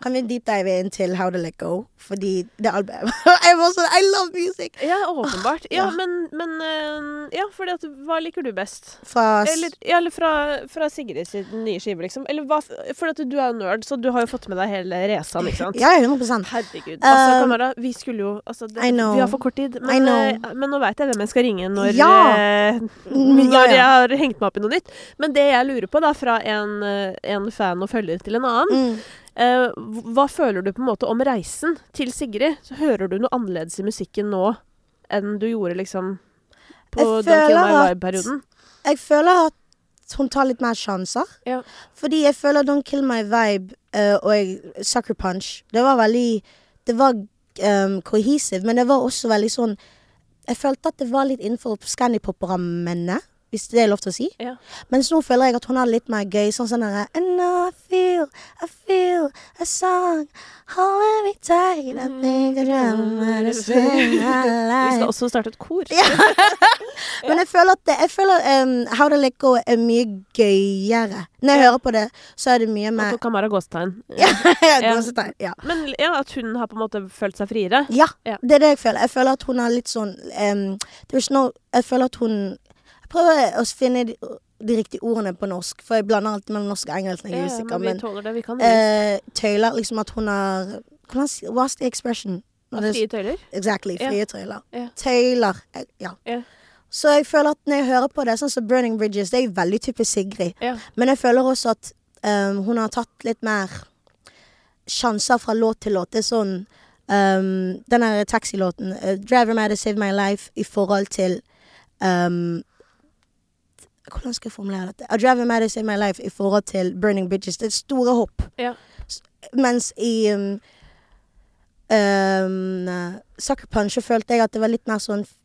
Kan vi deep dive inn til How to Let Go? Fordi det albumet I'm also, I love music! Ja, åpenbart. Ah, Ja, ja. men, men eh, Ja, fordi at Hva liker du best? Fra s- Eller, ja, eller fra, fra Sigrid sin nye skive, liksom. Eller hva For at du er jo nerd, så du har jo fått med deg hele resan, ikke sant? Ja, 100 Herregud. Altså, Um, Kamara, vi skulle jo altså, det, I know. Vi har for kort tid. I Men, know. eh, men nå veit jeg hvem jeg skal ringe når, Ja. eh, Mm, ja, når jeg ja. har hengt meg opp i noe nytt. Men det jeg lurer på, da, fra en, eh, en fan og følger til en annen Mm. eh, Hva føler du på en måte om reisen til Sigrid? Så hører du noe annerledes i musikken nå enn du gjorde liksom på Jeg Don't Kill My føler at- Vibe-perioden? Jeg føler at hun tar litt mer sjanser. Ja. Fordi jeg føler Don't Kill My Vibe eh, og jeg, Sucker Punch Det var veldig Det var um, cohesive, men det var også veldig sånn Jeg følte at det var litt innenfor scandypop-rammene, hvis det er lov til å si. Ja. Mens nå føler jeg at hun har litt mer gøy. Sånn sånn derre And now I feel, I feel a song Hold every time I think I dream of the same Vi life skal også starte et kor. men jeg føler at det, jeg føler, em, How to Let Go er mye gøyere. Når jeg hører på det, så er det mye mer Og Kamara Gåstein. ja, Ja. gåsetegn, ja. Men ja, at hun har på en måte følt seg friere. ja, Ja. det er det jeg føler. Jeg føler at hun har litt sånn em, there's no, Jeg føler at hun Jeg prøver å finne de, de riktige ordene på norsk, for jeg blander alltid mellom norsk og engelsk når jeg Ja, er ja, usikker, men vi men tåler det. Vi kan det. eh, tøyler liksom at hun har hvordan si- What's the expression? Når det- Frie tøyler. Exactly. Ja. Frie tøyler. Ja. Tøyler. eh, Ja. Ja. Så jeg føler at når jeg hører på det, sånn som Burning Bridges, det er jo veldig typisk Sigrid. Ja. Men jeg føler også at ehm, hun har tatt litt mer sjanser fra låt til låt. Det er sånn ehm, Den der taxilåten, eh, 'Driver Mad to Save My Life', i forhold til ehm, Hvordan skal jeg formulere dette? A 'Driver Mad to Save My Life' i forhold til 'Burning Bridges'. Det er store hopp. Ja. S- Mens i ehm, um, Sucker Punch, så følte jeg at det var litt mer sånn f-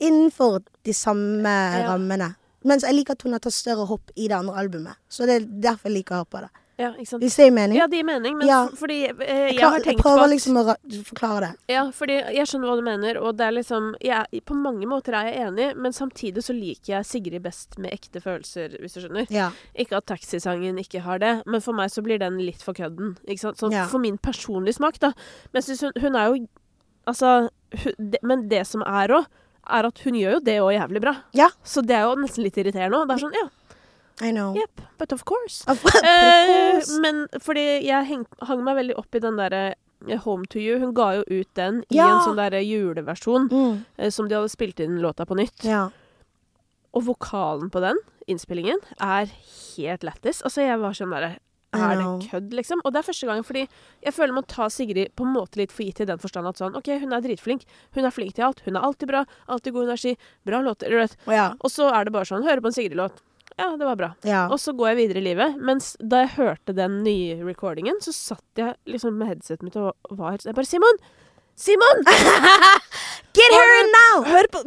innenfor de samme rammene. Mens jeg liker at hun har tatt større hopp i det andre albumet. Så det er derfor jeg liker å høre på det. Ja, ikke sant? Hvis det gir mening? Ja, det gir mening, men Ja. f- fordi eh, jeg Klar- har tenkt på prøver at liksom å ra- forklare det. Ja, fordi jeg skjønner hva du mener, og det er liksom jeg, På mange måter er jeg enig, men samtidig så liker jeg Sigrid best med ekte følelser, hvis du skjønner. Ja. Ikke at taxisangen ikke har det, men for meg så blir den litt for kødden. Ikke sant? Sånn Ja. For min personlige smak, da. Men jeg synes hun, hun er jo Altså hun, det, Men det som er òg, er at hun gjør jo det òg jævlig bra. Ja. Så det er jo nesten litt irriterende òg. Det er sånn, ja, I know. jepp, but of course. Of- of Eh, course. men fordi jeg heng, hang meg veldig opp i den derre eh, Home to you. Hun ga jo ut den i Ja. en sånn derre juleversjon Mm. eh, som de hadde spilt inn låta på nytt. Ja. Og vokalen på den innspillingen er helt lættis. Altså, jeg var sånn derre Er I know. det kødd, liksom? Og det er første gang, fordi jeg føler man tar Sigrid på en måte litt for gitt i den forstand at sånn OK, hun er dritflink. Hun er flink til alt. Hun er alltid bra. Alltid god energi. Bra låter. du vet. Og ja. Og så er det bare sånn Hører på en Sigrid-låt. Ja, det var bra. ja. Og så går jeg videre i livet. Mens da jeg hørte den nye recordingen, så satt jeg liksom med headsetet mitt og var sånn, Jeg bare Simon! Simon! Get her and now! Hør på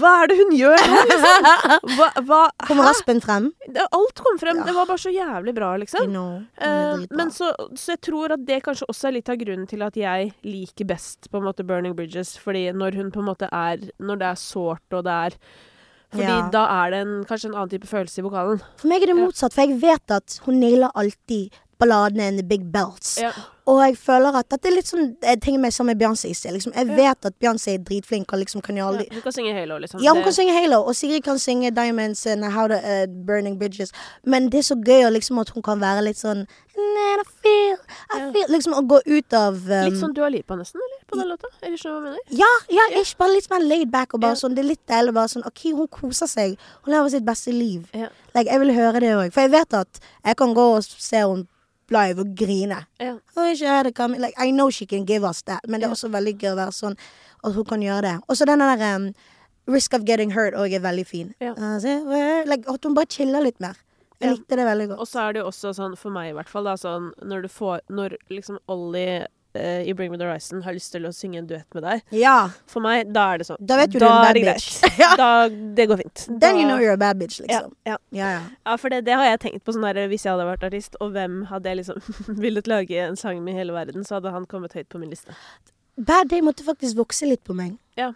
Hva er det hun gjør nå, liksom? Hva, hva Kommer raspen frem? det, alt kom frem. Ja. Det var bare så jævlig bra, I liksom. know. Eh, Den er dritbra. men så, så jeg tror at det kanskje også er litt av grunnen til at jeg liker best på en måte Burning Bridges. Fordi når hun på en måte er Når det er sårt og det er Fordi Ja. da er det en, kanskje en annen type følelse i vokalen. For meg er det Ja. motsatt, for jeg vet at hun nailer alltid balladene and the big belts. Ja. Og jeg føler at dette er litt sånn Jeg tenker meg sammen med Beyoncé i sted. Liksom. Jeg Ja. vet at Beyoncé er dritflink og liksom kan gjøre alle de Hun kan synge Halo, liksom. ja, hun kan Det- synge Halo, og Sigrid kan synge Diamonds and How to eh, Burning Bridges. Men det er så gøy å liksom, at hun kan være litt sånn And then I feel, I Ja. feel Liksom å gå ut av um, Litt sånn Dua Lipa, nesten, eller? På den låta? Eller skjønner du hva jeg mener? Ja, ja, ikke bare litt mer laid back og bare Ja. sånn. Det er litt deilig å bare sånn OK, hun koser seg. Hun lever sitt beste liv. Ja. Like, jeg vil høre det òg. For jeg vet at jeg kan gå og se henne live og grine. Ja. Og ikke er det kam- like, I know she can give us that, men det er Ja. også veldig gøy å være sånn at hun kan gjøre det. Og så den der um, Risk of getting hurt òg er veldig fin. Ja. Uh, se, uh, like, at hun bare chiller litt mer. Jeg Ja. likte det veldig godt. Og så er det jo også sånn, for meg i hvert fall, da, sånn når du får Når liksom Ollie eh, i Bring Me The Horizon har lyst til å synge en duett med deg Ja. For meg, da er det sånn. Da vet jo du er en er bad det bitch. greit. Ja. Da, det går fint. Da, Then you know you're a bad bitch, liksom. Ja, ja. Ja, ja. ja for det, det har jeg tenkt på sånn der, hvis jeg hadde vært artist, og hvem hadde jeg liksom villet lage en sang med i hele verden, så hadde han kommet høyt på min liste. Bad Day måtte faktisk vokse litt på meg. Ja.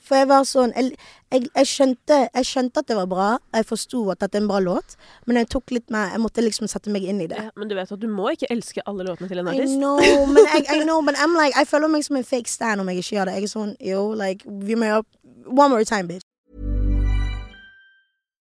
For jeg var sånn Jeg, jeg, jeg, skjønte, jeg skjønte at det var bra, jeg forsto at dette er en bra låt, men jeg tok litt mer Jeg måtte liksom sette meg inn i det. Ja, men du vet at du må ikke elske alle låtene til en I artist. know, men jeg, I know, men I'm like, jeg føler meg som en fake stan om jeg ikke gjør det. Jeg er sånn Yo, like, vi må gjøre One more time, bitch.